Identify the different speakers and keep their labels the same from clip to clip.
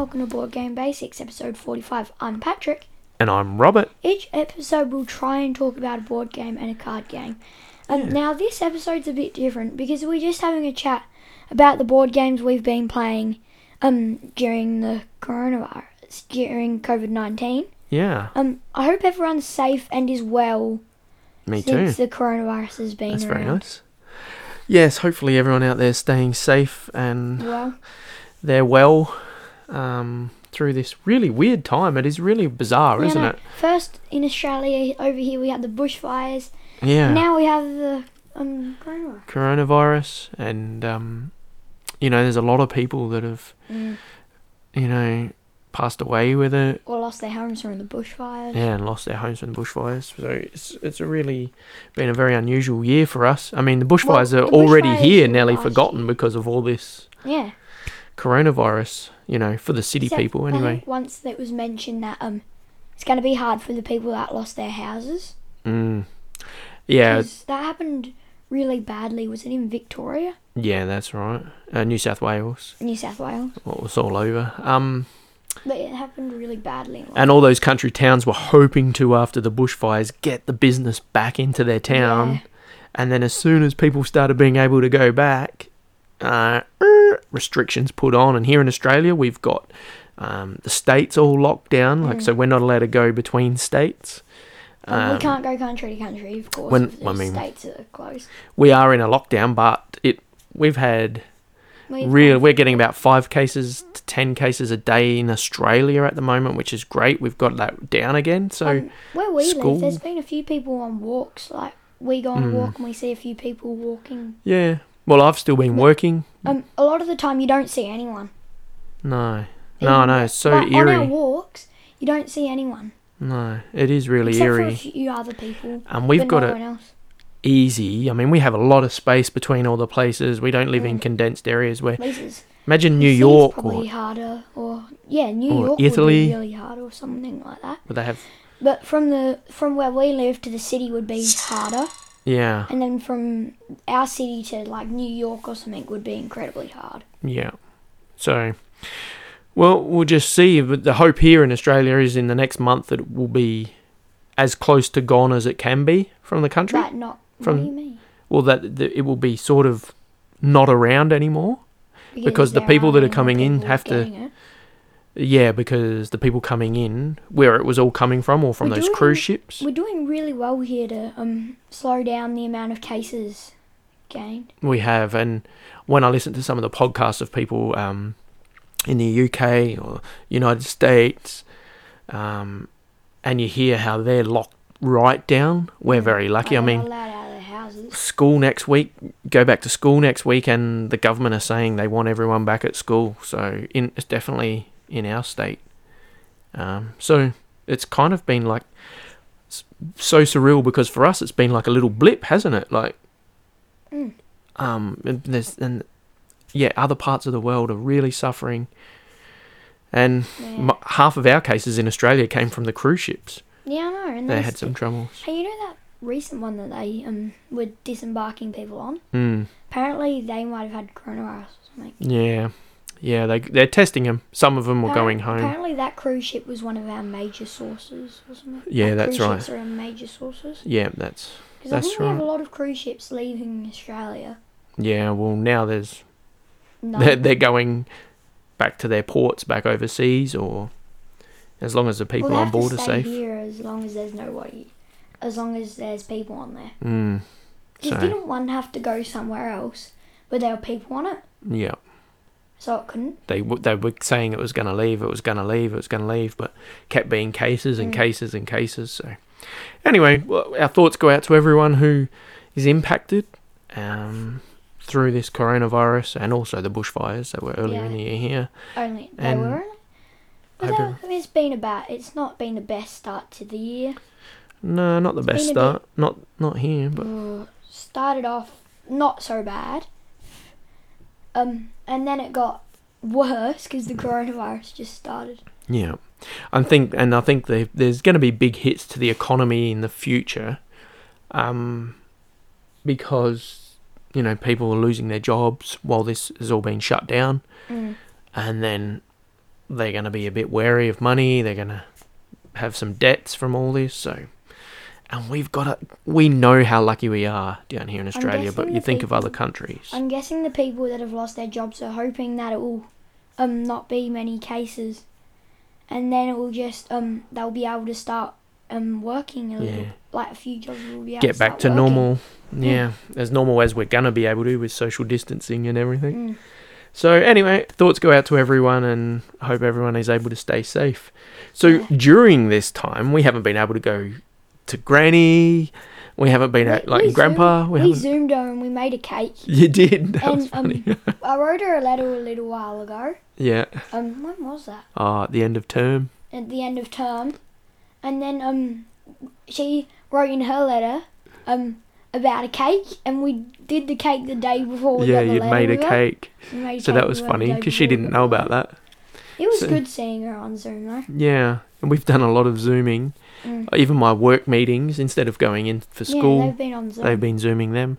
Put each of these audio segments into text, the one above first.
Speaker 1: Australian Basics, episode 45. I'm Patrick.
Speaker 2: And I'm Robert.
Speaker 1: Each episode, we'll try and talk about a board game and a card game. Um, Now, this episode's a bit different because we're just having a chat about the board games we've been playing um, during the coronavirus, during COVID 19.
Speaker 2: Yeah,
Speaker 1: Um, I hope everyone's safe and is well
Speaker 2: me too.
Speaker 1: since the coronavirus has been
Speaker 2: That's very
Speaker 1: around.
Speaker 2: nice. Yes, hopefully everyone out there is staying safe and
Speaker 1: Well,
Speaker 2: they're well um, through this really weird time. It is really bizarre,
Speaker 1: yeah,
Speaker 2: isn't
Speaker 1: no,
Speaker 2: it?
Speaker 1: first in Australia, over here, we had the bushfires.
Speaker 2: Yeah.
Speaker 1: Now we have the um, coronavirus.
Speaker 2: Coronavirus, and um, you know, there's a lot of people that have
Speaker 1: Mm.
Speaker 2: you know passed away with it.
Speaker 1: or lost their homes from the bushfires.
Speaker 2: Yeah, and lost their homes from the bushfires. So it's it's a really been a very unusual year for us. I mean, the bushfires
Speaker 1: the
Speaker 2: are already
Speaker 1: bushfires
Speaker 2: here,
Speaker 1: were
Speaker 2: nearly
Speaker 1: last year.
Speaker 2: forgotten because of all this
Speaker 1: Yeah.
Speaker 2: coronavirus. You know, for the city
Speaker 1: Except
Speaker 2: people
Speaker 1: I think
Speaker 2: anyway.
Speaker 1: once it was mentioned that um, it's going to be hard for the people that lost their houses.
Speaker 2: Mm. Yeah,
Speaker 1: 'Cause That happened really badly. Was it in Victoria,
Speaker 2: yeah, that's right. Uh, New South Wales,
Speaker 1: New South Wales?
Speaker 2: well, it's all over. Um,
Speaker 1: But it happened really badly. in
Speaker 2: and all those country towns were hoping to, after the bushfires, get the business back into their town.
Speaker 1: Yeah.
Speaker 2: And then, as soon as people started being able to go back, uh, er, restrictions put on. And here in Australia, we've got um, the states all locked down, like so we're not allowed to go between states.
Speaker 1: And
Speaker 2: Um,
Speaker 1: Mm. Oh, we can't go country to country, of course.
Speaker 2: when-
Speaker 1: if the
Speaker 2: I mean-
Speaker 1: states are closed.
Speaker 2: we are in a lockdown, but it we've had
Speaker 1: We've
Speaker 2: real
Speaker 1: had-
Speaker 2: we're getting about five cases to ten cases a day in australia at the moment which is great we've got that down again so
Speaker 1: um, where we
Speaker 2: school-
Speaker 1: live, there's been a few people on walks. Like we go on a
Speaker 2: Mm.
Speaker 1: walk and we see a few people walking.
Speaker 2: yeah well i've still been working
Speaker 1: Um, a lot of the time you don't see anyone.
Speaker 2: no no
Speaker 1: Even-
Speaker 2: no it's so
Speaker 1: like, On our
Speaker 2: eerie
Speaker 1: walks, you don't see anyone.
Speaker 2: no it is really
Speaker 1: Except for
Speaker 2: eerie
Speaker 1: a few other people.
Speaker 2: and we've
Speaker 1: but
Speaker 2: got
Speaker 1: no
Speaker 2: it
Speaker 1: one else.
Speaker 2: easy i mean we have a lot of space between all the places we don't live in
Speaker 1: Mm.
Speaker 2: condensed areas where
Speaker 1: Lisa's.
Speaker 2: imagine new york or
Speaker 1: probably harder, or yeah, New
Speaker 2: or
Speaker 1: York
Speaker 2: Italy.
Speaker 1: would be really hard, or something like that.
Speaker 2: would they have
Speaker 1: But from the from where we live to the city would be harder,
Speaker 2: yeah
Speaker 1: and then from our city to like New York or something would be incredibly hard.
Speaker 2: Yeah. So, well, we'll just see. But the hope here in Australia is in the next month that it will be as close to gone as it can be from the country.
Speaker 1: That not. what
Speaker 2: From-
Speaker 1: do you mean?
Speaker 2: Well, that, that it will be sort of not around anymore. Because the
Speaker 1: there
Speaker 2: people that
Speaker 1: aren't
Speaker 2: are
Speaker 1: any
Speaker 2: coming in
Speaker 1: people
Speaker 2: have to-
Speaker 1: getting it.
Speaker 2: Yeah, because the people coming in, where it was all coming from, or from
Speaker 1: We're
Speaker 2: those
Speaker 1: doing-
Speaker 2: cruise ships.
Speaker 1: We're doing really well here to um slow down the amount of cases gained.
Speaker 2: we have and when i listen to some of the podcasts of people um, in the uk or united states um, and you hear how they're locked right down we're very lucky i
Speaker 1: Like, they're
Speaker 2: mean
Speaker 1: allowed out of their houses.
Speaker 2: school next week go back to school next week and the government are saying they want everyone back at school so in, it's definitely in our state um, so it's kind of been like s- so surreal because for us it's been like a little blip hasn't it like
Speaker 1: Mm.
Speaker 2: um and there's and yeah other parts of the world are really suffering and
Speaker 1: Yeah.
Speaker 2: m half of our cases in australia came from the cruise ships
Speaker 1: yeah, I know. And
Speaker 2: they
Speaker 1: there's-
Speaker 2: had some troubles
Speaker 1: Hey, you know that recent one that they um were disembarking people on?
Speaker 2: mm,
Speaker 1: Apparently, they might have had coronavirus or something.
Speaker 2: yeah yeah they, they're testing them some of them were
Speaker 1: Appar-
Speaker 2: going home
Speaker 1: Apparently, that cruise ship was one of our major sources or something.
Speaker 2: Yeah,
Speaker 1: Like,
Speaker 2: that's
Speaker 1: cruise
Speaker 2: right.
Speaker 1: Ships are our major sources
Speaker 2: yeah that's
Speaker 1: because I
Speaker 2: That's
Speaker 1: think we have a
Speaker 2: right.
Speaker 1: lot of cruise ships leaving Australia.
Speaker 2: yeah well now there's
Speaker 1: No,
Speaker 2: they're, they're going back to their ports back overseas or as long as the people
Speaker 1: well, they
Speaker 2: on
Speaker 1: have
Speaker 2: board
Speaker 1: to
Speaker 2: are
Speaker 1: stay
Speaker 2: safe
Speaker 1: here as long as there's nobody, as long as there's people on there.
Speaker 2: mm,
Speaker 1: Because
Speaker 2: So-
Speaker 1: didn't one have to go somewhere else, but there were people on it,
Speaker 2: yeah
Speaker 1: so it couldn't.
Speaker 2: they w- they were saying it was going to leave, it was going to leave, it was going to leave, but kept being cases and
Speaker 1: Mm.
Speaker 2: cases and cases. So, anyway, well, our thoughts go out to everyone who is impacted um, through this coronavirus and also the bushfires that were earlier in
Speaker 1: Yeah.
Speaker 2: the year here.
Speaker 1: Only they
Speaker 2: And
Speaker 1: were. But
Speaker 2: hope
Speaker 1: that- it's been about. It's not been the best start to the year.
Speaker 2: No, not the
Speaker 1: It's
Speaker 2: best
Speaker 1: been a
Speaker 2: start. Not not here, but
Speaker 1: Uh, started off not so bad. Um, and then it got worse because the coronavirus just started.
Speaker 2: yeah. I think and I think they, there's going to be big hits to the economy in the future, um, because you know people are losing their jobs while this has all been shut down.
Speaker 1: Mm.
Speaker 2: and then they're going to be a bit wary of money. They're going to have some debts from all this. So, and we've got a, we know how lucky we are down here in Australia, but
Speaker 1: guessing
Speaker 2: you
Speaker 1: the
Speaker 2: think of other
Speaker 1: people-
Speaker 2: countries.
Speaker 1: I'm guessing the people that have lost their jobs are hoping that it will um not be many cases, and then it will just um they'll be able to start um working a little,
Speaker 2: Yeah.
Speaker 1: like a few jobs will be able
Speaker 2: Get
Speaker 1: to start
Speaker 2: back to
Speaker 1: working. Hmm.
Speaker 2: normal. Yeah, as normal as we're going to be able to with social distancing and everything.
Speaker 1: Mm.
Speaker 2: So anyway, thoughts go out to everyone and I hope everyone is able to stay safe. So
Speaker 1: Yeah.
Speaker 2: during this time, we haven't been able to go to granny. We haven't been out,
Speaker 1: We-
Speaker 2: like
Speaker 1: we
Speaker 2: grandpa. We
Speaker 1: We
Speaker 2: haven't.
Speaker 1: zoomed her and we made a cake.
Speaker 2: You did. That was
Speaker 1: and
Speaker 2: funny.
Speaker 1: um, I wrote her a letter a little while ago.
Speaker 2: yeah.
Speaker 1: Um, when was that?
Speaker 2: Oh, at the end of term.
Speaker 1: At the end of term, and then um, she wrote in her letter um about a cake, and we did the cake the day before. We
Speaker 2: yeah,
Speaker 1: got the
Speaker 2: you'd
Speaker 1: letter
Speaker 2: made a
Speaker 1: with her.
Speaker 2: cake.
Speaker 1: We made a
Speaker 2: So
Speaker 1: cake
Speaker 2: that was
Speaker 1: and we went
Speaker 2: funny
Speaker 1: the day
Speaker 2: because she
Speaker 1: before we
Speaker 2: didn't
Speaker 1: got
Speaker 2: know
Speaker 1: the
Speaker 2: about that.
Speaker 1: letter. It was
Speaker 2: so-
Speaker 1: good seeing her on Zoom though.
Speaker 2: Yeah. And we've done a lot of Zooming.
Speaker 1: Mm.
Speaker 2: Even my work meetings, instead of going in for school,
Speaker 1: yeah, they've been on Zoom.
Speaker 2: they've been Zooming them.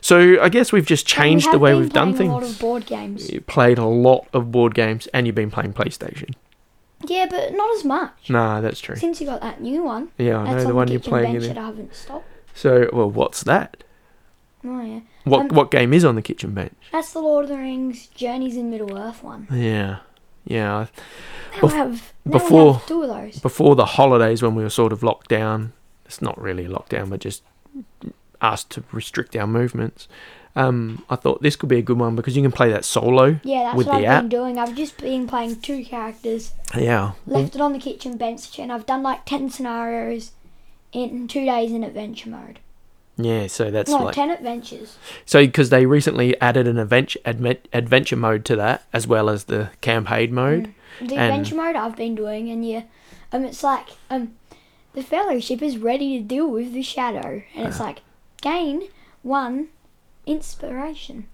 Speaker 2: So I guess we've just
Speaker 1: And we
Speaker 2: changed the
Speaker 1: have
Speaker 2: way
Speaker 1: been
Speaker 2: we've done
Speaker 1: playing
Speaker 2: things.
Speaker 1: A lot of board games.
Speaker 2: you played a lot of board games and you've been playing PlayStation.
Speaker 1: Yeah, but not as much.
Speaker 2: Nah, that's true.
Speaker 1: Since you got that new one,
Speaker 2: Yeah, I
Speaker 1: that's on
Speaker 2: know the one
Speaker 1: the
Speaker 2: you're
Speaker 1: kitchen
Speaker 2: playing
Speaker 1: bench
Speaker 2: it
Speaker 1: that
Speaker 2: in.
Speaker 1: I haven't stopped.
Speaker 2: So, well, what's that?
Speaker 1: Oh yeah,
Speaker 2: What
Speaker 1: Um,
Speaker 2: what game is on the kitchen bench?
Speaker 1: that's the Lord of the Rings Journeys in Middle Earth one.
Speaker 2: Yeah, yeah. I-
Speaker 1: Now
Speaker 2: Bef-
Speaker 1: I have now I
Speaker 2: before-
Speaker 1: have two of those.
Speaker 2: Before the holidays, when we were sort of locked down, it's not really locked down, but just asked to restrict our movements. Um, I thought this could be a good one because you can play that solo.
Speaker 1: Yeah, that's
Speaker 2: with
Speaker 1: what I've been
Speaker 2: the
Speaker 1: doing. I've just been playing two characters.
Speaker 2: Yeah,
Speaker 1: Left it on the kitchen bench, and I've done like ten scenarios in two days in adventure mode.
Speaker 2: yeah. So that's
Speaker 1: no,
Speaker 2: like
Speaker 1: ten adventures.
Speaker 2: So, because they recently added an adventure adme- adventure mode to that, as well as the campaign mode.
Speaker 1: The
Speaker 2: And-
Speaker 1: adventure mode I've been doing, and yeah, um, it's like um, the fellowship is ready to deal with the shadow, and
Speaker 2: Uh-huh.
Speaker 1: it's like gain one inspiration.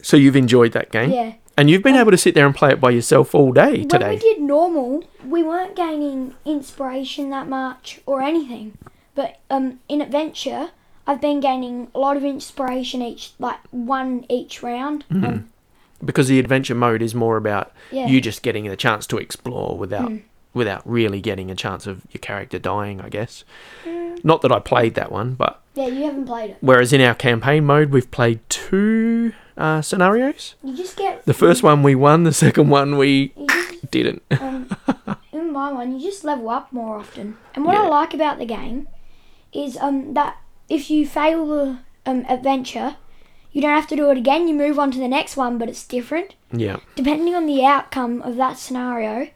Speaker 2: So you've enjoyed that game,
Speaker 1: Yeah,
Speaker 2: and you've been able to sit there and play it by yourself all day
Speaker 1: when we
Speaker 2: today.
Speaker 1: did normal, we weren't gaining inspiration that much or anything, but um, in adventure, I've been gaining a lot of inspiration each, like one each round.
Speaker 2: Mm-hmm.
Speaker 1: Um,
Speaker 2: Because the adventure mode is more about
Speaker 1: yeah, Mm.
Speaker 2: you just getting the chance to explore without without really getting a chance of your character dying. I guess.
Speaker 1: Mm.
Speaker 2: Not that I played that one, but
Speaker 1: yeah, you haven't played it.
Speaker 2: whereas in our campaign mode, we've played two uh, scenarios.
Speaker 1: You just get
Speaker 2: The first one we won. The second one we
Speaker 1: You just
Speaker 2: didn't.
Speaker 1: Um, in my one, you just level up more often. And what I
Speaker 2: Yeah.
Speaker 1: like about the game is um that if you fail the um, adventure, you don't have to do it again. You move on to the next one, but it's different.
Speaker 2: yeah,
Speaker 1: Depending on the outcome of that scenario,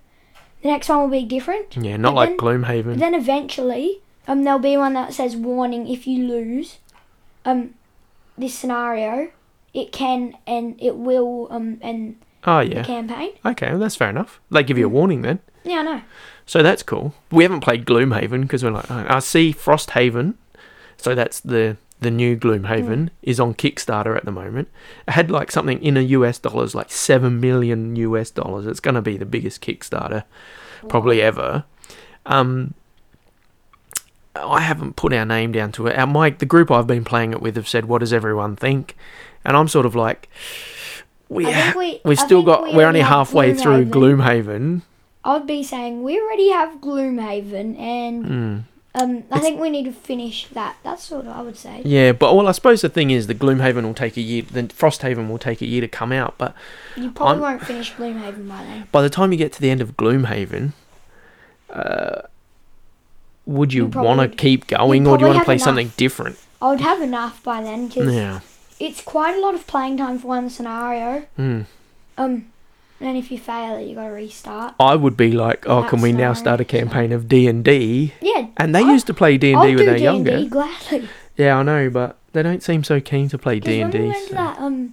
Speaker 1: the next one will be different.
Speaker 2: yeah. Not
Speaker 1: But
Speaker 2: like
Speaker 1: then-
Speaker 2: Gloomhaven.
Speaker 1: But then eventually, um, there'll be one that says warning: if you lose, um, this scenario, it can and it will um end
Speaker 2: oh
Speaker 1: the
Speaker 2: yeah.
Speaker 1: campaign.
Speaker 2: Okay, well, that's fair enough. They give you
Speaker 1: Hmm.
Speaker 2: a warning then.
Speaker 1: Yeah, I know.
Speaker 2: So that's cool. We haven't played Gloomhaven because we're like, oh, I see Frosthaven. So that's the the new Gloomhaven
Speaker 1: Hmm.
Speaker 2: is on Kickstarter at the moment. It had like something in a US dollars, like seven million US dollars. It's going to be the biggest Kickstarter probably ever. Um, I haven't put our name down to it. Our, my the group I've been playing it with have said, "What does everyone think?" And I'm sort of like, we
Speaker 1: I
Speaker 2: ha-
Speaker 1: think we-
Speaker 2: we've
Speaker 1: I
Speaker 2: still
Speaker 1: think
Speaker 2: got
Speaker 1: we
Speaker 2: we're
Speaker 1: only
Speaker 2: only
Speaker 1: have
Speaker 2: halfway through Gloomhaven.
Speaker 1: I'd be saying we already have Gloomhaven, and
Speaker 2: Hmm.
Speaker 1: um, I think we need to finish that. That's what I would say.
Speaker 2: Yeah, but well, I suppose the thing is, the Gloomhaven will take a year. The Frosthaven will take a year to come out. But
Speaker 1: You probably
Speaker 2: I'm-
Speaker 1: won't finish Gloomhaven by then.
Speaker 2: by the time you get to the end of Gloomhaven, uh, would you
Speaker 1: You probably
Speaker 2: want to
Speaker 1: would-
Speaker 2: keep going,
Speaker 1: you'd
Speaker 2: or
Speaker 1: probably
Speaker 2: do you want to
Speaker 1: have
Speaker 2: play
Speaker 1: enough.
Speaker 2: something different?
Speaker 1: I would have enough by then because
Speaker 2: Yeah.
Speaker 1: it's quite a lot of playing time for one scenario.
Speaker 2: Hmm.
Speaker 1: Um, and if you fail it, you got to restart.
Speaker 2: I would be like, oh, can we now
Speaker 1: That's
Speaker 2: start a
Speaker 1: nice.
Speaker 2: campaign of D and D?
Speaker 1: Yeah,
Speaker 2: And they
Speaker 1: I-
Speaker 2: used to play D and
Speaker 1: I'll
Speaker 2: D
Speaker 1: Oh, do
Speaker 2: when they're
Speaker 1: D&D
Speaker 2: younger.
Speaker 1: gladly.
Speaker 2: Yeah, I know, but they don't seem so keen to play D
Speaker 1: Because
Speaker 2: and
Speaker 1: when we
Speaker 2: D.
Speaker 1: went to that um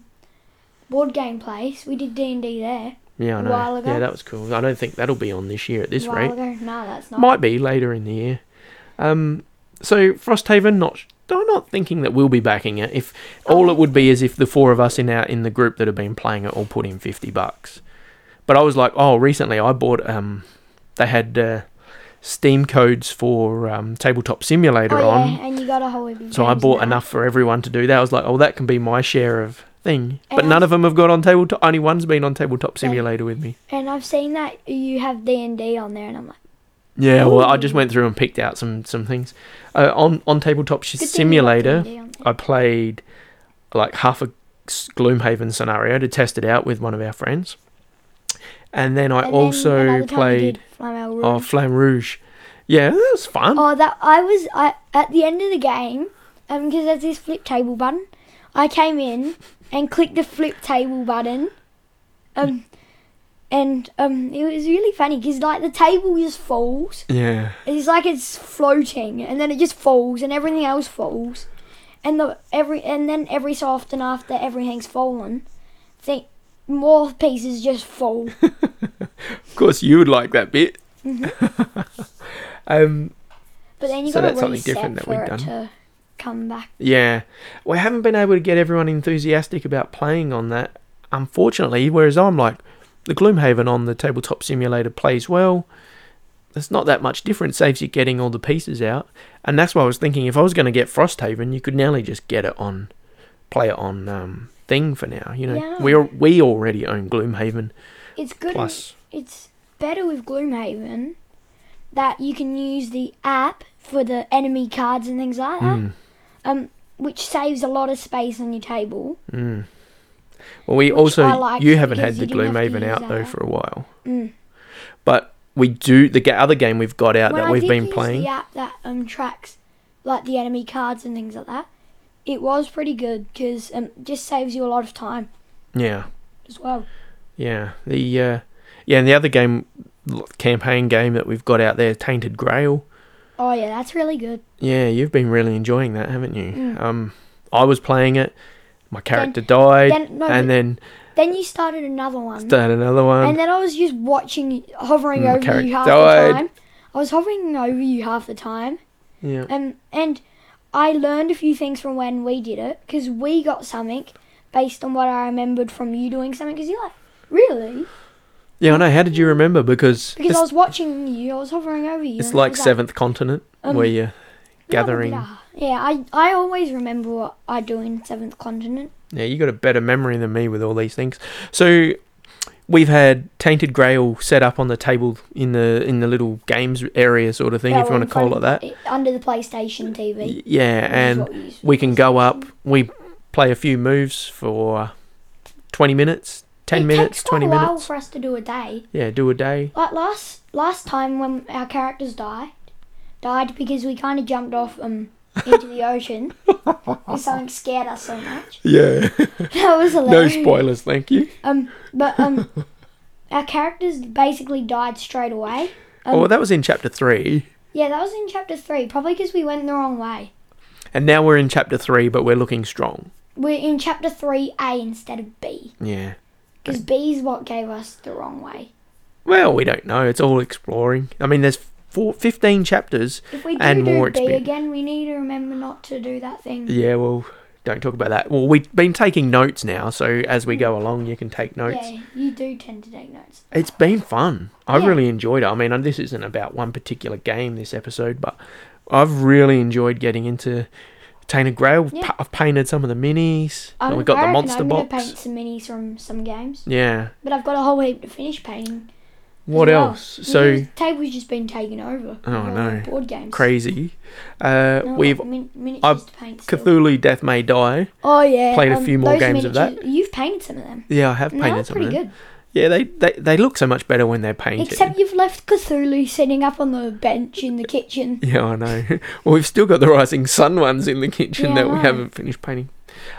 Speaker 1: board game place, we did D and D there
Speaker 2: Yeah, I
Speaker 1: a
Speaker 2: know.
Speaker 1: while ago.
Speaker 2: Yeah, that was cool. I don't think that'll be on this year at this
Speaker 1: a while
Speaker 2: rate.
Speaker 1: ago. No, that's not.
Speaker 2: Might be later in the year. Um, so Frosthaven, not I'm not thinking that we'll be backing it. If all it would be is if the four of us in our in the group that have been playing it all put in fifty bucks. But I was like, oh, recently I bought um, they had uh, Steam codes for um, Tabletop Simulator
Speaker 1: oh
Speaker 2: on.
Speaker 1: yeah, and you got a whole heap of
Speaker 2: So I
Speaker 1: games
Speaker 2: bought
Speaker 1: now.
Speaker 2: enough for everyone to do that. I was like, oh, that can be my share of thing.
Speaker 1: And
Speaker 2: But
Speaker 1: I-
Speaker 2: none of them have got on tabletop. Only one's been on tabletop simulator with me.
Speaker 1: And I've seen that you have D and D on there, and I'm like,
Speaker 2: Yeah, well, I just
Speaker 1: Ooh.
Speaker 2: went through and picked out some some things. Uh, on on tabletop
Speaker 1: good thing you got
Speaker 2: simulator,
Speaker 1: D&D on there.
Speaker 2: I played like half a s- Gloomhaven scenario to test it out with one of our friends, and then I
Speaker 1: And then another time
Speaker 2: also
Speaker 1: you
Speaker 2: played
Speaker 1: did Flammel
Speaker 2: oh,
Speaker 1: Rouge.
Speaker 2: Flame Rouge. Yeah, that was fun.
Speaker 1: Oh, that I was I, at the end of the game, um, because there's this flip table button. I came in and clicked the flip table button, um, and um, it was really funny because like the table just falls.
Speaker 2: Yeah,
Speaker 1: It's like it's floating, and then it just falls, and everything else falls, and the every and then every so often after everything's fallen, think more pieces just fall.
Speaker 2: of course you would like that bit.
Speaker 1: Mm-hmm.
Speaker 2: um,
Speaker 1: But then you
Speaker 2: So
Speaker 1: got to
Speaker 2: that's something
Speaker 1: reset
Speaker 2: different that
Speaker 1: for
Speaker 2: we've
Speaker 1: it
Speaker 2: done.
Speaker 1: to come back.
Speaker 2: Yeah. We haven't been able to get everyone enthusiastic about playing on that, unfortunately, whereas I'm like, the Gloomhaven on the tabletop simulator plays well. There's not that much difference, saves you getting all the pieces out. And that's why I was thinking if I was going to get Frosthaven, you could nearly just get it on, play it on um, Thing for now. You know,
Speaker 1: Yeah.
Speaker 2: we, al- we already own Gloomhaven.
Speaker 1: It's good. and-
Speaker 2: Plus,
Speaker 1: it's better with Gloomhaven that you can use the app for the enemy cards and things like that,
Speaker 2: Mm,
Speaker 1: um, which saves a lot of space on your table.
Speaker 2: mm. well, we
Speaker 1: Which
Speaker 2: also,
Speaker 1: I liked
Speaker 2: you haven't
Speaker 1: because
Speaker 2: had the
Speaker 1: you didn't have to
Speaker 2: Gloomhaven
Speaker 1: use
Speaker 2: out though
Speaker 1: that.
Speaker 2: for a while.
Speaker 1: Mm.
Speaker 2: But we do the ga- other game we've got out
Speaker 1: when
Speaker 2: that
Speaker 1: I
Speaker 2: we've
Speaker 1: did
Speaker 2: been
Speaker 1: use
Speaker 2: playing.
Speaker 1: the app that um, tracks like the enemy cards and things like that, it was pretty good because um, it just saves you a lot of time
Speaker 2: Yeah,
Speaker 1: as well.
Speaker 2: yeah. The uh, yeah, and the other game l- campaign game that we've got out there, Tainted Grail.
Speaker 1: Oh yeah, that's really good.
Speaker 2: Yeah, you've been really enjoying that, haven't you?
Speaker 1: Mm.
Speaker 2: Um, I was playing it. My character died,
Speaker 1: then no,
Speaker 2: and then
Speaker 1: then you started another one.
Speaker 2: started another one.
Speaker 1: And then I was just watching, hovering
Speaker 2: My
Speaker 1: over
Speaker 2: Mm, character
Speaker 1: you half
Speaker 2: died.
Speaker 1: the time. I was hovering over you half the time,
Speaker 2: yeah,
Speaker 1: um, and I learned a few things from when we did it because we got something based on what I remembered from you doing something. Because you're like, really?
Speaker 2: yeah. I know. How did you remember? Because,
Speaker 1: Because
Speaker 2: it's,
Speaker 1: I was watching you, I was hovering over you.
Speaker 2: it's
Speaker 1: and I
Speaker 2: like
Speaker 1: was
Speaker 2: Seventh Continent,
Speaker 1: um,
Speaker 2: where you
Speaker 1: "No, no,
Speaker 2: gathering-
Speaker 1: no." Yeah, I I always remember what I do in Seventh Continent.
Speaker 2: Yeah, you got a better memory than me with all these things. So we've had Tainted Grail set up on the table in the in the little games area sort of thing, if you want to call it that.
Speaker 1: Under the PlayStation TV.
Speaker 2: Y- Yeah,
Speaker 1: which is
Speaker 2: and
Speaker 1: what we use for
Speaker 2: we can go up.
Speaker 1: PlayStation.
Speaker 2: We play a few moves for uh, twenty minutes, ten
Speaker 1: it
Speaker 2: minutes,
Speaker 1: takes quite
Speaker 2: twenty
Speaker 1: a while
Speaker 2: minutes.
Speaker 1: for us to do a day.
Speaker 2: Yeah, do a day.
Speaker 1: Like last last time when our characters died, died because we kind of jumped off um into the ocean. and something scared us so much.
Speaker 2: Yeah,
Speaker 1: That was
Speaker 2: no
Speaker 1: hilarious.
Speaker 2: spoilers, thank you.
Speaker 1: Um, but um, our characters basically died straight away. Um,
Speaker 2: Oh, well, that was in chapter three,
Speaker 1: Yeah, that was in chapter three. Probably because we went the wrong way.
Speaker 2: and now we're in chapter three, but we're looking strong.
Speaker 1: We're in chapter three A instead of B
Speaker 2: Yeah.
Speaker 1: because B is what gave us the wrong way.
Speaker 2: Well, we don't know. It's all exploring. I mean, there's four, 15 chapters.
Speaker 1: If we do
Speaker 2: And
Speaker 1: do
Speaker 2: more
Speaker 1: B
Speaker 2: experience.
Speaker 1: again, we need to remember not to do that thing.
Speaker 2: Yeah, well, don't talk about that. Well, we've been taking notes now, so as we go along, you can take notes.
Speaker 1: yeah, you do tend to take notes.
Speaker 2: It's been fun. I
Speaker 1: Yeah.
Speaker 2: really enjoyed it. I mean, and this isn't about one particular game this episode, but I've really enjoyed getting into Tainted Grail.
Speaker 1: Yeah.
Speaker 2: Pa- I've painted some of the minis.
Speaker 1: I'm
Speaker 2: and we got the
Speaker 1: American,
Speaker 2: monster
Speaker 1: I'm
Speaker 2: box.
Speaker 1: gonna paint some minis from some games,
Speaker 2: Yeah.
Speaker 1: but I've got a whole heap to finish painting. as
Speaker 2: What
Speaker 1: well.
Speaker 2: else? So
Speaker 1: the table's just been taken over.
Speaker 2: Oh,
Speaker 1: with all
Speaker 2: no.
Speaker 1: the Board games.
Speaker 2: crazy. Uh,
Speaker 1: No, I've
Speaker 2: we've
Speaker 1: got min- miniatures
Speaker 2: I've-
Speaker 1: to paint. Still.
Speaker 2: Cthulhu Death May Die.
Speaker 1: oh yeah.
Speaker 2: played a
Speaker 1: um,
Speaker 2: few more
Speaker 1: those
Speaker 2: games of
Speaker 1: miniatures- You've painted some of them.
Speaker 2: Yeah, I have
Speaker 1: And
Speaker 2: painted
Speaker 1: they look
Speaker 2: some of
Speaker 1: pretty
Speaker 2: them.
Speaker 1: good.
Speaker 2: Yeah, they, they they look so much better when they're painted.
Speaker 1: Except you've left Cthulhu sitting up on the bench in the kitchen.
Speaker 2: Yeah, I know. well, we've still got the Rising Sun ones in the kitchen
Speaker 1: Yeah,
Speaker 2: that
Speaker 1: I
Speaker 2: we
Speaker 1: know.
Speaker 2: haven't finished painting.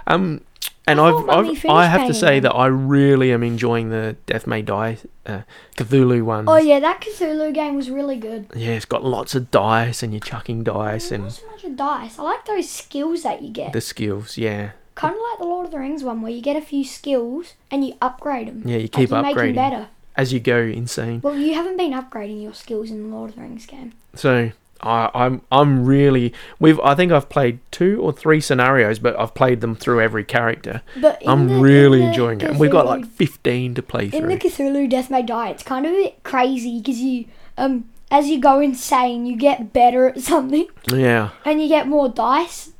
Speaker 2: Um, and
Speaker 1: I
Speaker 2: I've,
Speaker 1: thought when we
Speaker 2: I've
Speaker 1: finished
Speaker 2: I have to
Speaker 1: painting
Speaker 2: say
Speaker 1: them-
Speaker 2: that I really am enjoying the Death May Die uh, Cthulhu ones.
Speaker 1: Oh yeah, that Cthulhu game was really good.
Speaker 2: Yeah, it's got lots of dice and you're chucking
Speaker 1: Oh,
Speaker 2: dice
Speaker 1: Not
Speaker 2: and
Speaker 1: so much a dice. I like those skills that you get.
Speaker 2: the skills. Yeah,
Speaker 1: Kind of like the Lord of the Rings one, where you get a few skills and you upgrade them.
Speaker 2: yeah, you keep
Speaker 1: you make 'em
Speaker 2: upgrading
Speaker 1: better.
Speaker 2: as you go insane.
Speaker 1: Well, you haven't been upgrading your skills in the Lord of the Rings game.
Speaker 2: So I, I'm I'm really we've I think I've played two or three scenarios, but I've played them through every character.
Speaker 1: But in
Speaker 2: I'm
Speaker 1: the-
Speaker 2: really
Speaker 1: in the
Speaker 2: enjoying it. And we've got
Speaker 1: Cthulhu-
Speaker 2: like 15 to play
Speaker 1: in
Speaker 2: through.
Speaker 1: the Cthulhu Death May Die. It's kind of a bit crazy because you um as you go insane, you get better at something
Speaker 2: yeah,
Speaker 1: and you get more dice.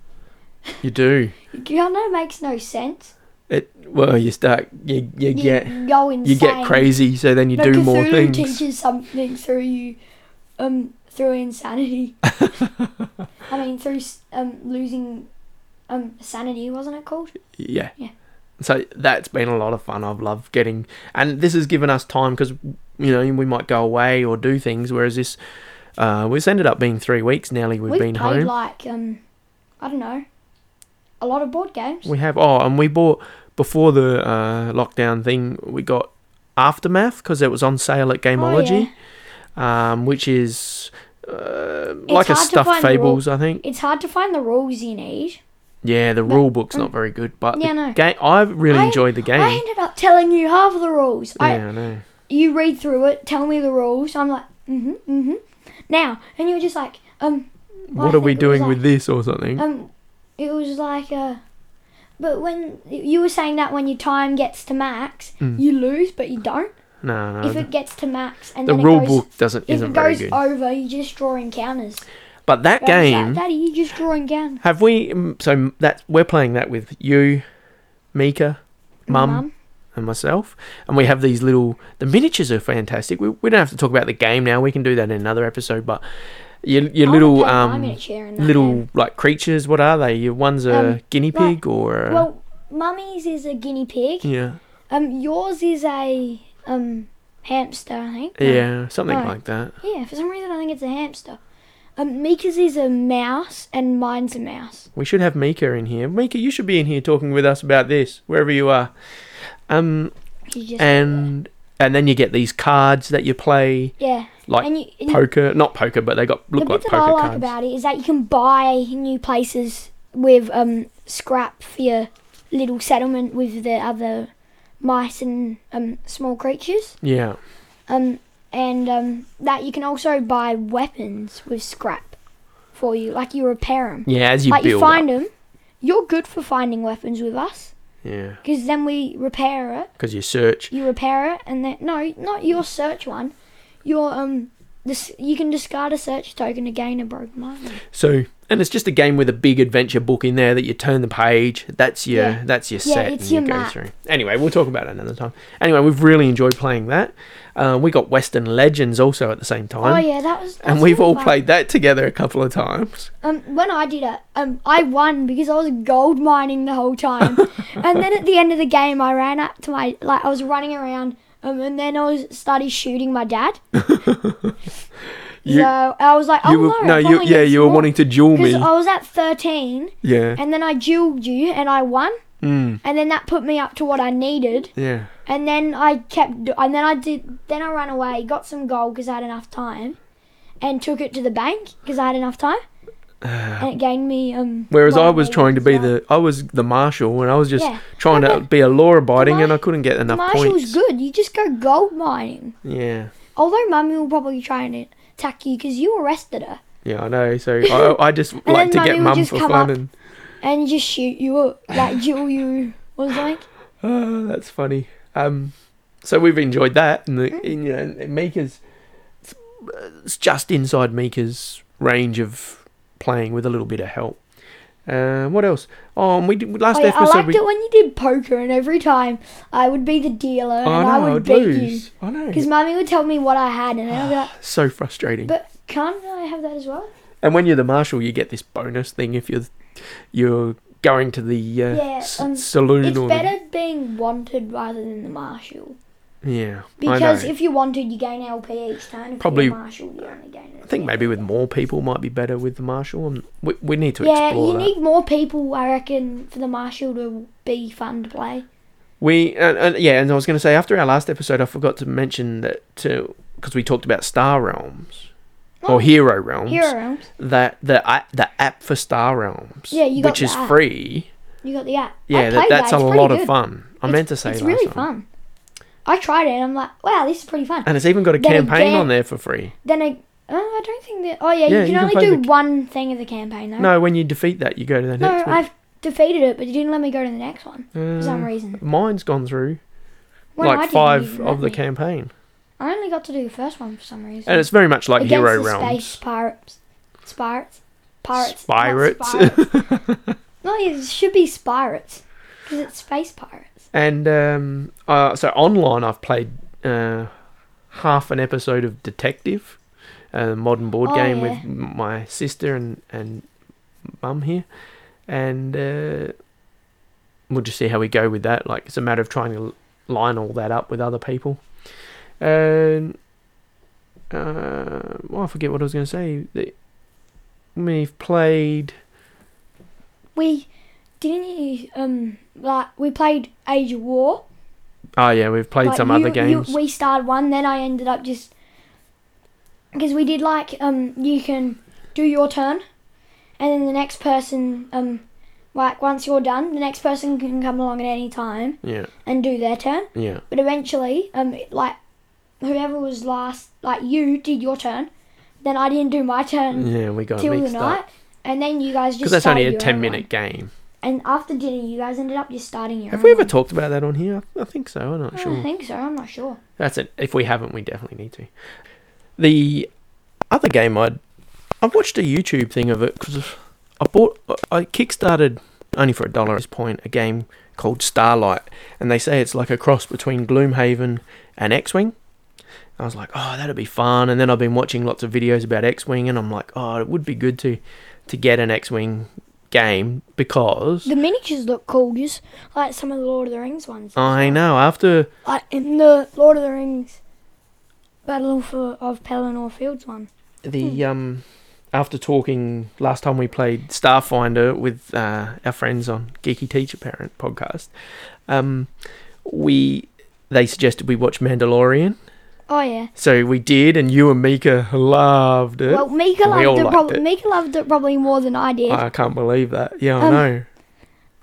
Speaker 2: you do.
Speaker 1: It kind of makes no sense.
Speaker 2: It well, you start you you
Speaker 1: You
Speaker 2: get
Speaker 1: go insane.
Speaker 2: you get crazy, so then you
Speaker 1: No,
Speaker 2: do more
Speaker 1: Cthulhu
Speaker 2: things.
Speaker 1: teaches something through you, um, through insanity. I mean, through s- um losing, um, sanity wasn't it called?
Speaker 2: Yeah.
Speaker 1: Yeah.
Speaker 2: So that's been a lot of fun. I've loved getting, and this has given us time because you know we might go away or do things. Whereas this, uh, we've ended up being three weeks nearly. We've,
Speaker 1: played
Speaker 2: been home.
Speaker 1: like um, I don't know, a lot of board games.
Speaker 2: we have. Oh, and we bought before the uh, lockdown thing. We got Aftermath because it was on sale
Speaker 1: Oh,
Speaker 2: at Gameology, um, which is uh, like a
Speaker 1: hard to
Speaker 2: stuffed
Speaker 1: find the rule-
Speaker 2: fables. I think.
Speaker 1: It's hard to find the rules you need.
Speaker 2: Yeah, the rule book's not very good, but
Speaker 1: Yeah,
Speaker 2: the
Speaker 1: no.
Speaker 2: ga- I really
Speaker 1: I-
Speaker 2: enjoyed the game.
Speaker 1: I ended up telling you half of the rules. I,
Speaker 2: yeah, I know.
Speaker 1: you read through it, tell me the rules. I'm like, mm-hmm, mm-hmm. Now, and you were just like, um, well, I
Speaker 2: what are we
Speaker 1: think it was
Speaker 2: doing with this or something?
Speaker 1: um, it was like a. But when you were saying that when your time gets to max,
Speaker 2: Mm.
Speaker 1: you lose, but you don't.
Speaker 2: no, no.
Speaker 1: if
Speaker 2: the-
Speaker 1: it gets to max and
Speaker 2: the
Speaker 1: then
Speaker 2: rule
Speaker 1: it goes,
Speaker 2: book doesn't
Speaker 1: if
Speaker 2: isn't
Speaker 1: it
Speaker 2: very
Speaker 1: goes
Speaker 2: good.
Speaker 1: over, you just draw encounters.
Speaker 2: But that
Speaker 1: Daddy's like,
Speaker 2: game,
Speaker 1: Daddy, you just draw encounters.
Speaker 2: have we? mm, So m- that we're playing that with you, Mika, Mum, and myself, and we have these little. The miniatures are fantastic. We, we don't have to talk about the game now. We can do that in another episode. But your
Speaker 1: Oh, I
Speaker 2: your
Speaker 1: wanna
Speaker 2: little
Speaker 1: play my
Speaker 2: um
Speaker 1: miniature in that
Speaker 2: little
Speaker 1: game.
Speaker 2: like creatures. What are they? Your one's a
Speaker 1: Um,
Speaker 2: guinea
Speaker 1: like-
Speaker 2: pig or a,
Speaker 1: Well, mummy's is a guinea pig.
Speaker 2: uh, yeah
Speaker 1: Um, yours is a um hamster, I think. No.
Speaker 2: yeah something
Speaker 1: Alright.
Speaker 2: like that.
Speaker 1: Yeah, for some reason I think it's a hamster. Um, Mika's is a mouse and mine's a mouse.
Speaker 2: We should have Mika in here. Mika, you should be in here talking with us about this wherever you are. Um,
Speaker 1: You just
Speaker 2: and and then you get these cards that you play
Speaker 1: yeah,
Speaker 2: like
Speaker 1: and you, and you-
Speaker 2: poker, not poker, but they got
Speaker 1: the
Speaker 2: look
Speaker 1: bit
Speaker 2: like
Speaker 1: that
Speaker 2: poker
Speaker 1: I like
Speaker 2: cards.
Speaker 1: about it is that you can buy new places with um scrap for your little settlement with the other mice and um small creatures.
Speaker 2: yeah,
Speaker 1: Um, and um that you can also buy weapons with scrap for you, like you repair them.
Speaker 2: yeah. As you
Speaker 1: like
Speaker 2: build
Speaker 1: you find
Speaker 2: up,
Speaker 1: them, you're good for finding weapons with us.
Speaker 2: yeah,
Speaker 1: Because then we repair it.
Speaker 2: because you search.
Speaker 1: You repair it, and then no, not your search one. Your um, this you can discard a search token to gain a broken arm.
Speaker 2: So and it's just a game with a big adventure book in there that you turn the page. That's your
Speaker 1: Yeah.
Speaker 2: that's your
Speaker 1: Yeah,
Speaker 2: set.
Speaker 1: it's
Speaker 2: and you
Speaker 1: your
Speaker 2: go
Speaker 1: map.
Speaker 2: through. Anyway, we'll talk about it another time. Anyway, we've really enjoyed playing that. Uh, we got Western Legends also at the same time.
Speaker 1: Oh yeah, that was.
Speaker 2: And
Speaker 1: that's
Speaker 2: we've
Speaker 1: really
Speaker 2: all
Speaker 1: fun.
Speaker 2: played that together a couple of times.
Speaker 1: Um, when I did it, um, I won because I was gold mining the whole time. and then at the end of the game, I ran up to my like I was running around. Um, and then I was started shooting my dad.
Speaker 2: You,
Speaker 1: so I was like, "Oh
Speaker 2: you were,
Speaker 1: no,
Speaker 2: no, you, yeah, you were wanting to duel
Speaker 1: because
Speaker 2: me.
Speaker 1: I was at 13,
Speaker 2: yeah.
Speaker 1: and then I dueled you, and I won,
Speaker 2: Mm,
Speaker 1: and then that put me up to what I needed,
Speaker 2: yeah.
Speaker 1: And then I kept, do- and then I did, then I ran away, got some gold because I had enough time, and took it to the bank because I had enough time, and it gained me. Um,
Speaker 2: Whereas
Speaker 1: well,
Speaker 2: I was
Speaker 1: maybe
Speaker 2: trying to
Speaker 1: as
Speaker 2: be
Speaker 1: well.
Speaker 2: the I was the marshal and I was just
Speaker 1: Yeah.
Speaker 2: trying
Speaker 1: No,
Speaker 2: to be a law abiding and
Speaker 1: Mar-
Speaker 2: I couldn't get
Speaker 1: The
Speaker 2: enough
Speaker 1: Marshall
Speaker 2: points.
Speaker 1: was good. You just go gold mining.
Speaker 2: Yeah.
Speaker 1: Although mummy will probably try and attack you because you arrested her,
Speaker 2: Yeah, I know. So I, I just
Speaker 1: then
Speaker 2: like to
Speaker 1: Mummy
Speaker 2: get
Speaker 1: would
Speaker 2: mum
Speaker 1: just
Speaker 2: for
Speaker 1: come
Speaker 2: fun
Speaker 1: up.
Speaker 2: and
Speaker 1: and just shoot you up, like duel you. What Was like,
Speaker 2: oh, that's funny. Um so we've enjoyed that and
Speaker 1: Hmm.
Speaker 2: the and, you know and Mika's it's just inside Mika's range of playing with a little bit of help. Um, what else? Oh, and we did, last
Speaker 1: oh, yeah, I
Speaker 2: episode
Speaker 1: liked
Speaker 2: we
Speaker 1: it when you did poker, and every time I would be the dealer and
Speaker 2: I know,
Speaker 1: I would
Speaker 2: I'd
Speaker 1: beat you
Speaker 2: lose. I
Speaker 1: because
Speaker 2: know.
Speaker 1: mummy would tell me what I had, and then I'd be like.
Speaker 2: So frustrating.
Speaker 1: But can't I have that as well?
Speaker 2: And when you're the marshal, you get this bonus thing if you're you're going to the uh,
Speaker 1: Yeah,
Speaker 2: s-
Speaker 1: um,
Speaker 2: saloon
Speaker 1: It's
Speaker 2: or
Speaker 1: better being wanted rather than the marshal.
Speaker 2: The, yeah.
Speaker 1: Because
Speaker 2: I know.
Speaker 1: if you're wanted, you gain LP each turn. If
Speaker 2: Probably-
Speaker 1: you're the marshal, you only gain.
Speaker 2: I think maybe with more people might be better with the marshal. Um, We, we need to
Speaker 1: Yeah,
Speaker 2: explore
Speaker 1: you
Speaker 2: that.
Speaker 1: need more people, I reckon, for the marshal to be fun to play.
Speaker 2: We and, and yeah, and I was going to say after our last episode, I forgot to mention that to because we talked about Star Realms
Speaker 1: Oh,
Speaker 2: or Hero Realms.
Speaker 1: Hero Realms.
Speaker 2: That the a- the app for Star Realms.
Speaker 1: Yeah, you got
Speaker 2: which
Speaker 1: the
Speaker 2: is
Speaker 1: app.
Speaker 2: free.
Speaker 1: You got the app. I
Speaker 2: Yeah, that,
Speaker 1: played
Speaker 2: that's
Speaker 1: that.
Speaker 2: a
Speaker 1: It's pretty
Speaker 2: lot
Speaker 1: good.
Speaker 2: of fun. I meant to say
Speaker 1: It's
Speaker 2: last
Speaker 1: really
Speaker 2: time. Uh,
Speaker 1: fun. I tried it and I'm like, wow, this is pretty fun.
Speaker 2: And it's even got a
Speaker 1: Then
Speaker 2: campaign
Speaker 1: again-
Speaker 2: on there for free.
Speaker 1: Then I, oh, I don't think that. Oh yeah,
Speaker 2: Yeah,
Speaker 1: you
Speaker 2: you
Speaker 1: can
Speaker 2: can
Speaker 1: only
Speaker 2: play
Speaker 1: do
Speaker 2: the-
Speaker 1: one thing of the campaign though.
Speaker 2: No, when you defeat that, you go to the
Speaker 1: no,
Speaker 2: next
Speaker 1: I've defeated it, but it didn't let me go to the next one
Speaker 2: one.
Speaker 1: for some reason.
Speaker 2: Mine's gone through
Speaker 1: When I
Speaker 2: Uh, like
Speaker 1: didn't
Speaker 2: five
Speaker 1: even
Speaker 2: of
Speaker 1: let
Speaker 2: the
Speaker 1: me.
Speaker 2: campaign,
Speaker 1: I only got to do the first one for some reason.
Speaker 2: and it's very much like
Speaker 1: Against
Speaker 2: Hero
Speaker 1: the
Speaker 2: Realms.
Speaker 1: Space pirates. Spirates. Pirates. not
Speaker 2: Spirates.
Speaker 1: spirates. no, it should be spirates. Because it's Space Pirates.
Speaker 2: And um, uh, so online, I've played uh, half an episode of Detective, a modern board
Speaker 1: Oh,
Speaker 2: game
Speaker 1: yeah.
Speaker 2: with m- my sister and and mum here, and uh, we'll just see how we go with that. Like it's a matter of trying to l- line all that up with other people. And uh, well, I forget what I was going to say. The- We've played.
Speaker 1: We didn't you, um like we played Age of War.
Speaker 2: Oh yeah, we've played
Speaker 1: Like,
Speaker 2: some
Speaker 1: you-
Speaker 2: other
Speaker 1: you-
Speaker 2: games.
Speaker 1: we started one, then I ended up just because we did like um you can do your turn, and then the next person um like once you're done, the next person can come along at any time
Speaker 2: yeah,
Speaker 1: and do their turn.
Speaker 2: yeah.
Speaker 1: But eventually, um, it- like whoever was last, like you did your turn, then I didn't do my turn
Speaker 2: Mm. Yeah, we got
Speaker 1: till the
Speaker 2: mixed
Speaker 1: night,
Speaker 2: up
Speaker 1: and then you guys just
Speaker 2: because that's only
Speaker 1: started
Speaker 2: a
Speaker 1: your
Speaker 2: ten
Speaker 1: own
Speaker 2: minute game.
Speaker 1: one. And after dinner, you guys ended up just starting your.
Speaker 2: Have
Speaker 1: own
Speaker 2: we ever
Speaker 1: one.
Speaker 2: talked about that on here? I I think so. I'm
Speaker 1: I
Speaker 2: not
Speaker 1: don't
Speaker 2: sure.
Speaker 1: think so. I'm not sure.
Speaker 2: That's it. If we haven't, we definitely need to. The other game I'd I watched a YouTube thing of it because I bought I kickstarted only for a dollar at this point a game called Starlight, and they say it's like a cross between Gloomhaven and X-wing. I was like, oh, that'd be fun. And then I've been watching lots of videos about X-wing, and I'm like, oh, it would be good to to get an X-wing game because
Speaker 1: The miniatures look cool, just like some of the Lord of the Rings ones.
Speaker 2: I know after
Speaker 1: Like in the Lord of the Rings Battle for of Pelennor Fields one.
Speaker 2: the um after talking last time we played Starfinder with uh, our friends on Geeky Teacher Parent podcast, um, we they suggested we watch Mandalorian,
Speaker 1: Oh yeah.
Speaker 2: so we did, and you and Mika loved it.
Speaker 1: Well, Mika
Speaker 2: we all
Speaker 1: loved it,
Speaker 2: liked
Speaker 1: prob-
Speaker 2: it.
Speaker 1: Mika loved it probably more than I did.
Speaker 2: I can't believe that. Yeah, I
Speaker 1: Um,
Speaker 2: know,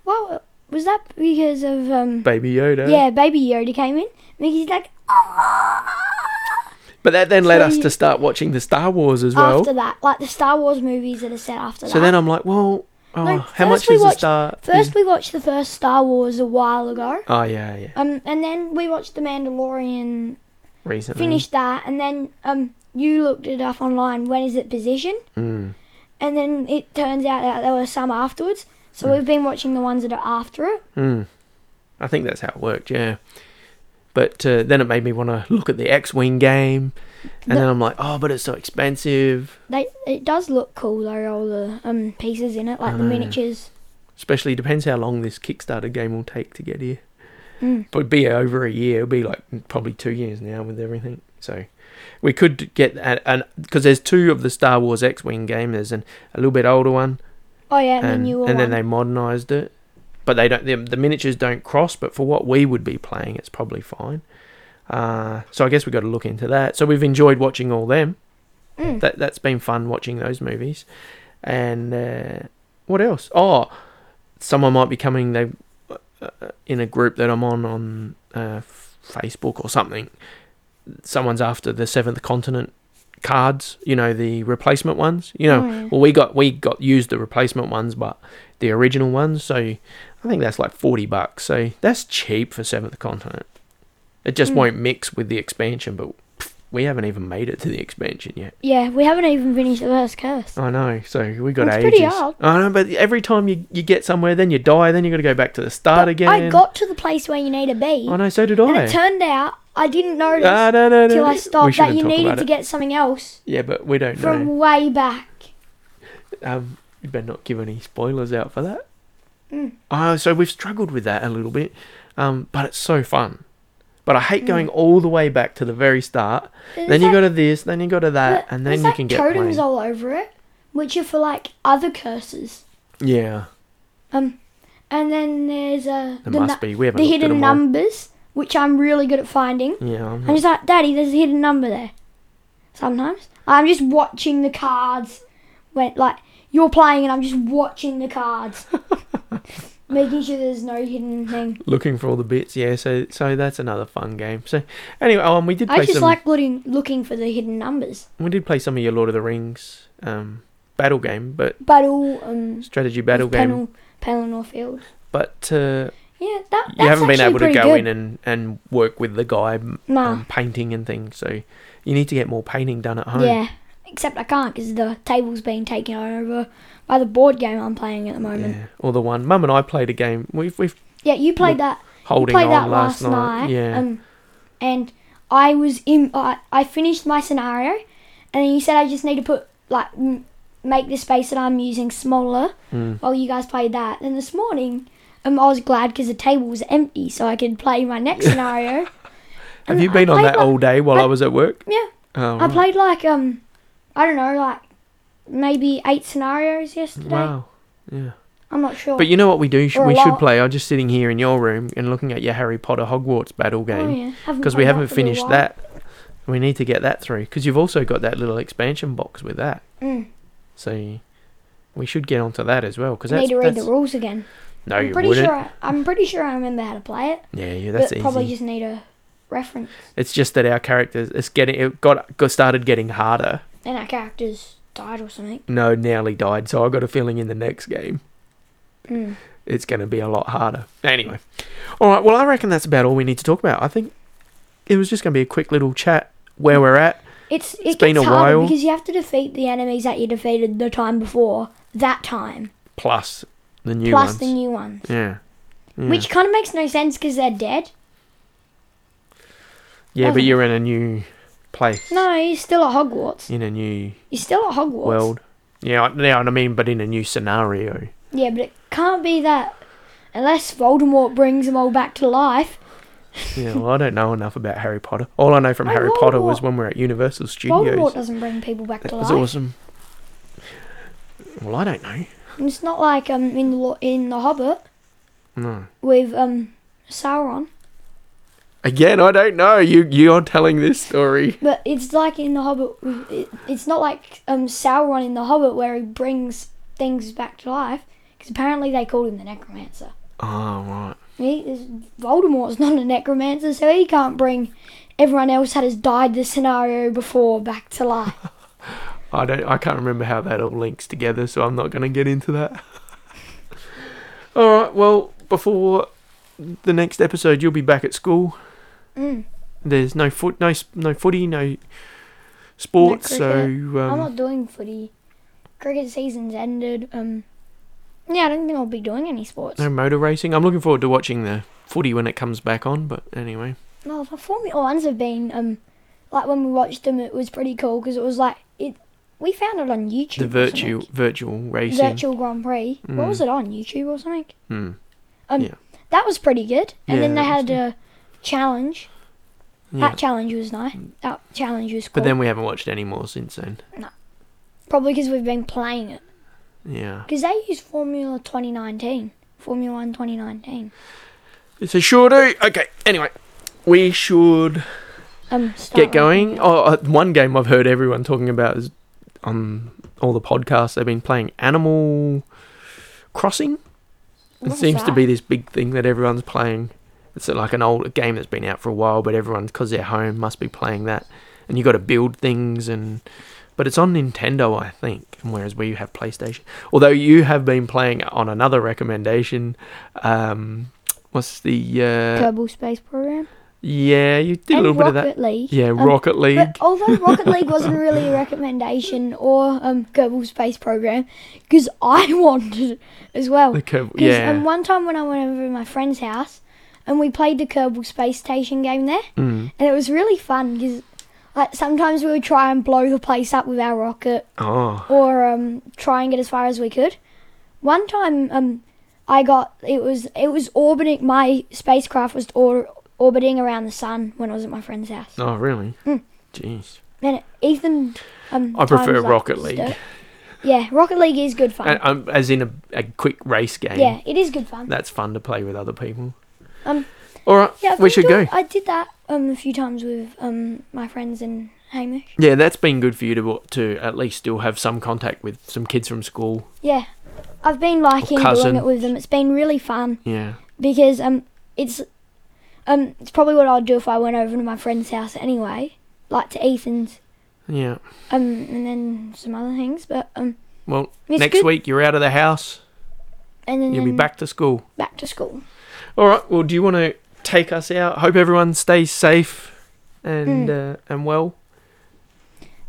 Speaker 1: well, was that because of um?
Speaker 2: Baby Yoda.
Speaker 1: Yeah, Baby Yoda came in. Mickey's like,
Speaker 2: but that then led
Speaker 1: So
Speaker 2: us
Speaker 1: you-
Speaker 2: to start watching the Star Wars as well.
Speaker 1: after that, like the Star Wars movies that are set after
Speaker 2: so
Speaker 1: that.
Speaker 2: then I'm like, well, oh,
Speaker 1: No, first
Speaker 2: how much
Speaker 1: we
Speaker 2: is the
Speaker 1: watched-
Speaker 2: Star? Mm.
Speaker 1: First, we watched the first Star Wars a while ago.
Speaker 2: oh yeah, yeah.
Speaker 1: Um, and then we watched The Mandalorian,
Speaker 2: Uh-huh. Recently.
Speaker 1: finished that, and then um, you looked it up online. When is it positioned?
Speaker 2: Mm.
Speaker 1: And then it turns out that there were some afterwards. So we've been watching the ones that are after it.
Speaker 2: Mm. I think that's how it worked, yeah. But uh, then it made me want to look at the X Wing game. And
Speaker 1: The-
Speaker 2: then I'm like, oh, but it's so expensive,
Speaker 1: They it does look cool though, all the um pieces in it, like the
Speaker 2: I know.
Speaker 1: miniatures.
Speaker 2: especially depends how long this Kickstarter game will take to get here.
Speaker 1: Mm.
Speaker 2: But it'd be over a year. It'll be like probably two years now with everything. So we could get a- an because there's two of the Star Wars X Wing game. There's an, a little bit older one,
Speaker 1: Oh yeah, and,
Speaker 2: and,
Speaker 1: the newer one.
Speaker 2: and then they modernized it. But they don't. The, the miniatures don't cross. But for what we would be playing, it's probably fine. Uh, so I guess we've got to look into that. So we've enjoyed watching all them.
Speaker 1: Mm.
Speaker 2: That that's been fun watching those movies. And uh, what else? Oh, someone might be coming. They uh, in a group that I'm on on uh, f- Facebook or something. Someone's after the Seventh Continent cards. You know the replacement ones. You know
Speaker 1: Oh, yeah.
Speaker 2: well, we got we got used the replacement ones, but the original ones. So I think that's like forty bucks. So that's cheap for Seventh Continent. It just
Speaker 1: Mm.
Speaker 2: won't mix with the expansion, but pff, we haven't even made it to the expansion yet.
Speaker 1: yeah, we haven't even finished the first curse.
Speaker 2: I know. So we got
Speaker 1: It's
Speaker 2: ages.
Speaker 1: pretty hard.
Speaker 2: I know, but every time you you get somewhere, then you die, then you got to go back to the start
Speaker 1: But
Speaker 2: again.
Speaker 1: I got to the place where you need to be,
Speaker 2: I know. So did
Speaker 1: and
Speaker 2: I.
Speaker 1: it turned out I didn't notice
Speaker 2: Ah, no, no, no,
Speaker 1: till I
Speaker 2: no. We
Speaker 1: stopped that
Speaker 2: shouldn't
Speaker 1: you
Speaker 2: talk
Speaker 1: needed
Speaker 2: about
Speaker 1: to
Speaker 2: it.
Speaker 1: get something else
Speaker 2: Yeah, but we don't
Speaker 1: from
Speaker 2: know.
Speaker 1: way back.
Speaker 2: Um, you better not give any spoilers out for that.
Speaker 1: Mm.
Speaker 2: Oh, so we've struggled with that a little bit, um, but it's so fun. But I hate
Speaker 1: Mm.
Speaker 2: going all the way back to the very start.
Speaker 1: There's
Speaker 2: then you
Speaker 1: like-
Speaker 2: go to this, then you go to that,
Speaker 1: but
Speaker 2: and
Speaker 1: there's
Speaker 2: then you
Speaker 1: like
Speaker 2: can get
Speaker 1: totems
Speaker 2: playing.
Speaker 1: all over it, which are for like other curses.
Speaker 2: yeah,
Speaker 1: Um, and then there's uh,
Speaker 2: there
Speaker 1: the,
Speaker 2: must
Speaker 1: nu-
Speaker 2: be. We haven't
Speaker 1: the
Speaker 2: looked at
Speaker 1: hidden
Speaker 2: them all.
Speaker 1: numbers, which I'm really good at finding.
Speaker 2: Yeah, I'm
Speaker 1: And
Speaker 2: not-
Speaker 1: it's like, Daddy, there's a hidden number there. Sometimes I'm just watching the cards when like you're playing, and I'm just watching the cards, making sure there's no hidden thing.
Speaker 2: looking for all the bits. Yeah, so so that's another fun game. So anyway, oh, and we did
Speaker 1: I
Speaker 2: play
Speaker 1: just
Speaker 2: some.
Speaker 1: like looking looking for the hidden numbers.
Speaker 2: we did play some of your Lord of the Rings um, battle game, but
Speaker 1: Battle um
Speaker 2: strategy battle game.
Speaker 1: Penal, Pelennor Field.
Speaker 2: But uh,
Speaker 1: Yeah, that that's
Speaker 2: you haven't been
Speaker 1: actually
Speaker 2: able to
Speaker 1: pretty
Speaker 2: go
Speaker 1: good.
Speaker 2: in and, and work with the guy m-
Speaker 1: Nah.
Speaker 2: um, painting and things. So you need to get more painting done at home.
Speaker 1: Yeah, except I can't because the table's being taken over by the board game I'm playing at the moment.
Speaker 2: Yeah. Or the one, Mum and I played a game. We've we've
Speaker 1: Yeah, you played
Speaker 2: Well,
Speaker 1: that.
Speaker 2: holding
Speaker 1: played
Speaker 2: on
Speaker 1: that
Speaker 2: last,
Speaker 1: last,
Speaker 2: night. Yeah.
Speaker 1: Um, and I was in. I, I finished my scenario, and then you said I just need to put like m- make the space that I'm using smaller.
Speaker 2: Mm.
Speaker 1: While you guys played that, and this morning, um, I was glad because the table was empty, so I could play my next scenario.
Speaker 2: Have
Speaker 1: and
Speaker 2: you
Speaker 1: I
Speaker 2: been on
Speaker 1: played
Speaker 2: that
Speaker 1: like-
Speaker 2: all day while I,
Speaker 1: I-
Speaker 2: was at work?
Speaker 1: Yeah, I
Speaker 2: Oh, right.
Speaker 1: played like um, I don't know, like maybe eight scenarios yesterday.
Speaker 2: Wow. Yeah.
Speaker 1: I'm not sure.
Speaker 2: But you know what we do? Sh-
Speaker 1: Or a
Speaker 2: We should
Speaker 1: lot.
Speaker 2: play. I'm just sitting here in your room and looking at your Harry Potter Hogwarts battle
Speaker 1: Oh,
Speaker 2: game
Speaker 1: yeah.
Speaker 2: because
Speaker 1: played
Speaker 2: we
Speaker 1: that
Speaker 2: haven't
Speaker 1: for a little
Speaker 2: finished
Speaker 1: while.
Speaker 2: that. We need to get that through because you've also got that little expansion box with that.
Speaker 1: Mm.
Speaker 2: So you- we should get onto that as well because
Speaker 1: Need
Speaker 2: that's,
Speaker 1: to read the
Speaker 2: that's-
Speaker 1: rules again.
Speaker 2: no,
Speaker 1: I'm
Speaker 2: you
Speaker 1: pretty
Speaker 2: wouldn't.
Speaker 1: sure. I, I'm pretty sure I remember how to play it.
Speaker 2: Yeah, yeah, that's
Speaker 1: but
Speaker 2: easy.
Speaker 1: probably just need a reference.
Speaker 2: It's just that our characters, it's getting, it got, got started getting harder.
Speaker 1: And our characters died or something.
Speaker 2: No, Nowley died, so I got a feeling in the next game
Speaker 1: Mm.
Speaker 2: it's going to be a lot harder. Anyway, all right. Well, I reckon that's about all we need to talk about. I think it was just going to be a quick little chat where we're at.
Speaker 1: It's it
Speaker 2: It's
Speaker 1: gets
Speaker 2: been a
Speaker 1: harder
Speaker 2: while.
Speaker 1: because you have to defeat the enemies that you defeated the time before that time,
Speaker 2: Plus the new
Speaker 1: plus
Speaker 2: ones.
Speaker 1: the new ones,
Speaker 2: yeah. Yeah,
Speaker 1: which kind of makes no sense because they're dead.
Speaker 2: yeah but
Speaker 1: doesn't.
Speaker 2: you're in a new place.
Speaker 1: No, you're still at Hogwarts.
Speaker 2: In a new
Speaker 1: You're still at Hogwarts.
Speaker 2: world. Yeah, I- yeah, I mean, but in a new scenario.
Speaker 1: Yeah, but it can't be that unless Voldemort brings them all back to life.
Speaker 2: Yeah, well, I don't know enough about Harry Potter. All I know from
Speaker 1: Oh,
Speaker 2: Harry Potter
Speaker 1: Voldemort.
Speaker 2: was when we were at Universal Studios.
Speaker 1: Voldemort doesn't bring people back
Speaker 2: That
Speaker 1: to
Speaker 2: was
Speaker 1: life.
Speaker 2: awesome. Well, I don't know.
Speaker 1: And it's not like um in the Lo- in the Hobbit
Speaker 2: No.
Speaker 1: with um Sauron.
Speaker 2: Again, I don't know. You you're telling this story.
Speaker 1: But it's like in the Hobbit. It, it's not like um, Sauron in the Hobbit where he brings things back to life. Because apparently they called him the Necromancer.
Speaker 2: Oh right.
Speaker 1: He, is- Voldemort's not a Necromancer, so he can't bring everyone else that has died the scenario before back to life.
Speaker 2: I don't. I can't remember how that all links together, so I'm not going to get into that. all right. Well, before the next episode, you'll be back at school. Um.
Speaker 1: Mm.
Speaker 2: There's no foot, no s- no footy, no sports. so
Speaker 1: cricket. Mm, I'm
Speaker 2: um,
Speaker 1: not doing footy. Cricket season's ended. Um, yeah, I don't think I'll be doing any sports.
Speaker 2: no
Speaker 1: No,
Speaker 2: motor racing. I'm looking forward to watching the footy when it comes back on. But anyway,
Speaker 1: the Formula Ones have been um, like when we watched them, it was pretty cool because it was like it. We found it on YouTube.
Speaker 2: the
Speaker 1: or
Speaker 2: virtual
Speaker 1: something.
Speaker 2: virtual racing.
Speaker 1: virtual Grand Prix.
Speaker 2: Mm.
Speaker 1: What was it on YouTube or something?
Speaker 2: Hmm.
Speaker 1: Um,
Speaker 2: Yeah.
Speaker 1: that was pretty good. And
Speaker 2: Yeah,
Speaker 1: then they
Speaker 2: that
Speaker 1: had
Speaker 2: was
Speaker 1: a challenge.
Speaker 2: Yeah. Mm.
Speaker 1: That challenge was nice. That challenge was cool.
Speaker 2: But then we haven't watched any more since then.
Speaker 1: probably because we've been playing it.
Speaker 2: Yeah.
Speaker 1: Because they used Formula 2019, Formula One 2019.
Speaker 2: It's a sure do. Okay. Anyway, we should
Speaker 1: Um, start
Speaker 2: get going. Oh, uh, one game I've heard everyone talking about is on all the podcasts they've been playing Animal Crossing.
Speaker 1: What
Speaker 2: it
Speaker 1: is
Speaker 2: seems to
Speaker 1: that?
Speaker 2: be this big thing that everyone's playing. It's like an old game that's been out for a while, but everyone, because they're home, must be playing that. And you got to build things, and but it's on Nintendo, I think. Whereas we have PlayStation. Although you have been playing on another recommendation. Um, what's the? Uh,
Speaker 1: Kerbal Space Program.
Speaker 2: yeah, you did a
Speaker 1: and
Speaker 2: little
Speaker 1: Rocket
Speaker 2: bit of that.
Speaker 1: League.
Speaker 2: Yeah,
Speaker 1: Um,
Speaker 2: Rocket League.
Speaker 1: But although Rocket League wasn't really a recommendation or um, Kerbal Space Program, because I wanted it as well.
Speaker 2: the curve,
Speaker 1: Because
Speaker 2: yeah.
Speaker 1: um, one time when I went over to my friend's house and we played the Kerbal Space Station game there,
Speaker 2: Mm.
Speaker 1: and it was really fun because like, sometimes we would try and blow the place up with our rocket
Speaker 2: Oh,
Speaker 1: or um, try and get as far as we could. One time um, I got it was it was orbiting my spacecraft was or, orbiting around the sun when I was at my friend's house.
Speaker 2: oh, really?
Speaker 1: Mm.
Speaker 2: Jeez.
Speaker 1: And Ethan, um,
Speaker 2: I prefer
Speaker 1: times, like,
Speaker 2: Rocket League.
Speaker 1: stoked- Yeah, Rocket League is good fun.
Speaker 2: And, um, as in a, a quick race game.
Speaker 1: yeah, it is good fun.
Speaker 2: That's fun to play with other people.
Speaker 1: Um,
Speaker 2: All right,
Speaker 1: Yeah, I've
Speaker 2: we
Speaker 1: been
Speaker 2: should
Speaker 1: doing-
Speaker 2: go.
Speaker 1: I did that um a few times with um my friends and Hamish.
Speaker 2: Yeah, that's been good for you to wa- to at least still have some contact with some kids from school.
Speaker 1: Yeah, I've been liking
Speaker 2: cousin.
Speaker 1: doing it with them. It's been really fun
Speaker 2: Yeah,
Speaker 1: because um it's um it's probably what I'd do if I went over to my friend's house anyway, like to Ethan's
Speaker 2: yeah.
Speaker 1: um and then some other things. But um
Speaker 2: Well,
Speaker 1: it's
Speaker 2: next
Speaker 1: good. Mm.
Speaker 2: week you're out of the house.
Speaker 1: and then
Speaker 2: You'll be
Speaker 1: then
Speaker 2: back to school.
Speaker 1: back to school.
Speaker 2: All right. Well, do you want to take us out? Hope everyone stays safe and
Speaker 1: Mm.
Speaker 2: uh, and well.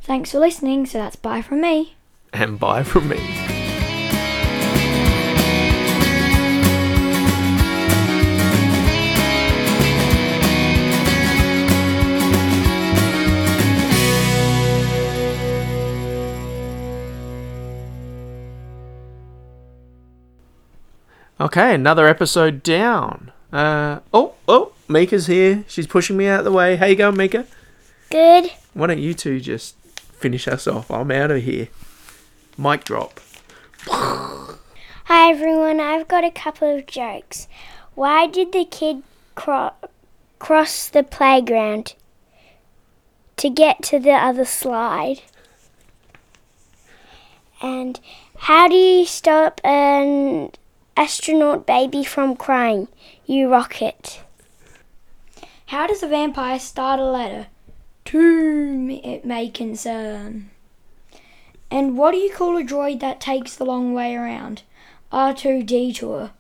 Speaker 1: Thanks for listening. So that's bye from me.
Speaker 2: And bye from me. Okay, another episode down. Uh, oh, oh, Mika's here. She's pushing me out of the way. How you going, Mika?
Speaker 1: Good.
Speaker 2: Why don't you two just finish us off? I'm out of here. Mic drop.
Speaker 1: Hi everyone, I've got a couple of jokes. Why did the kid cro- cross the playground to get to the other slide? And how do you stop an astronaut baby from crying? You rocket.
Speaker 3: How does a vampire start a letter? To me it may concern. And what do you call a droid that takes the long way around? R2D tour.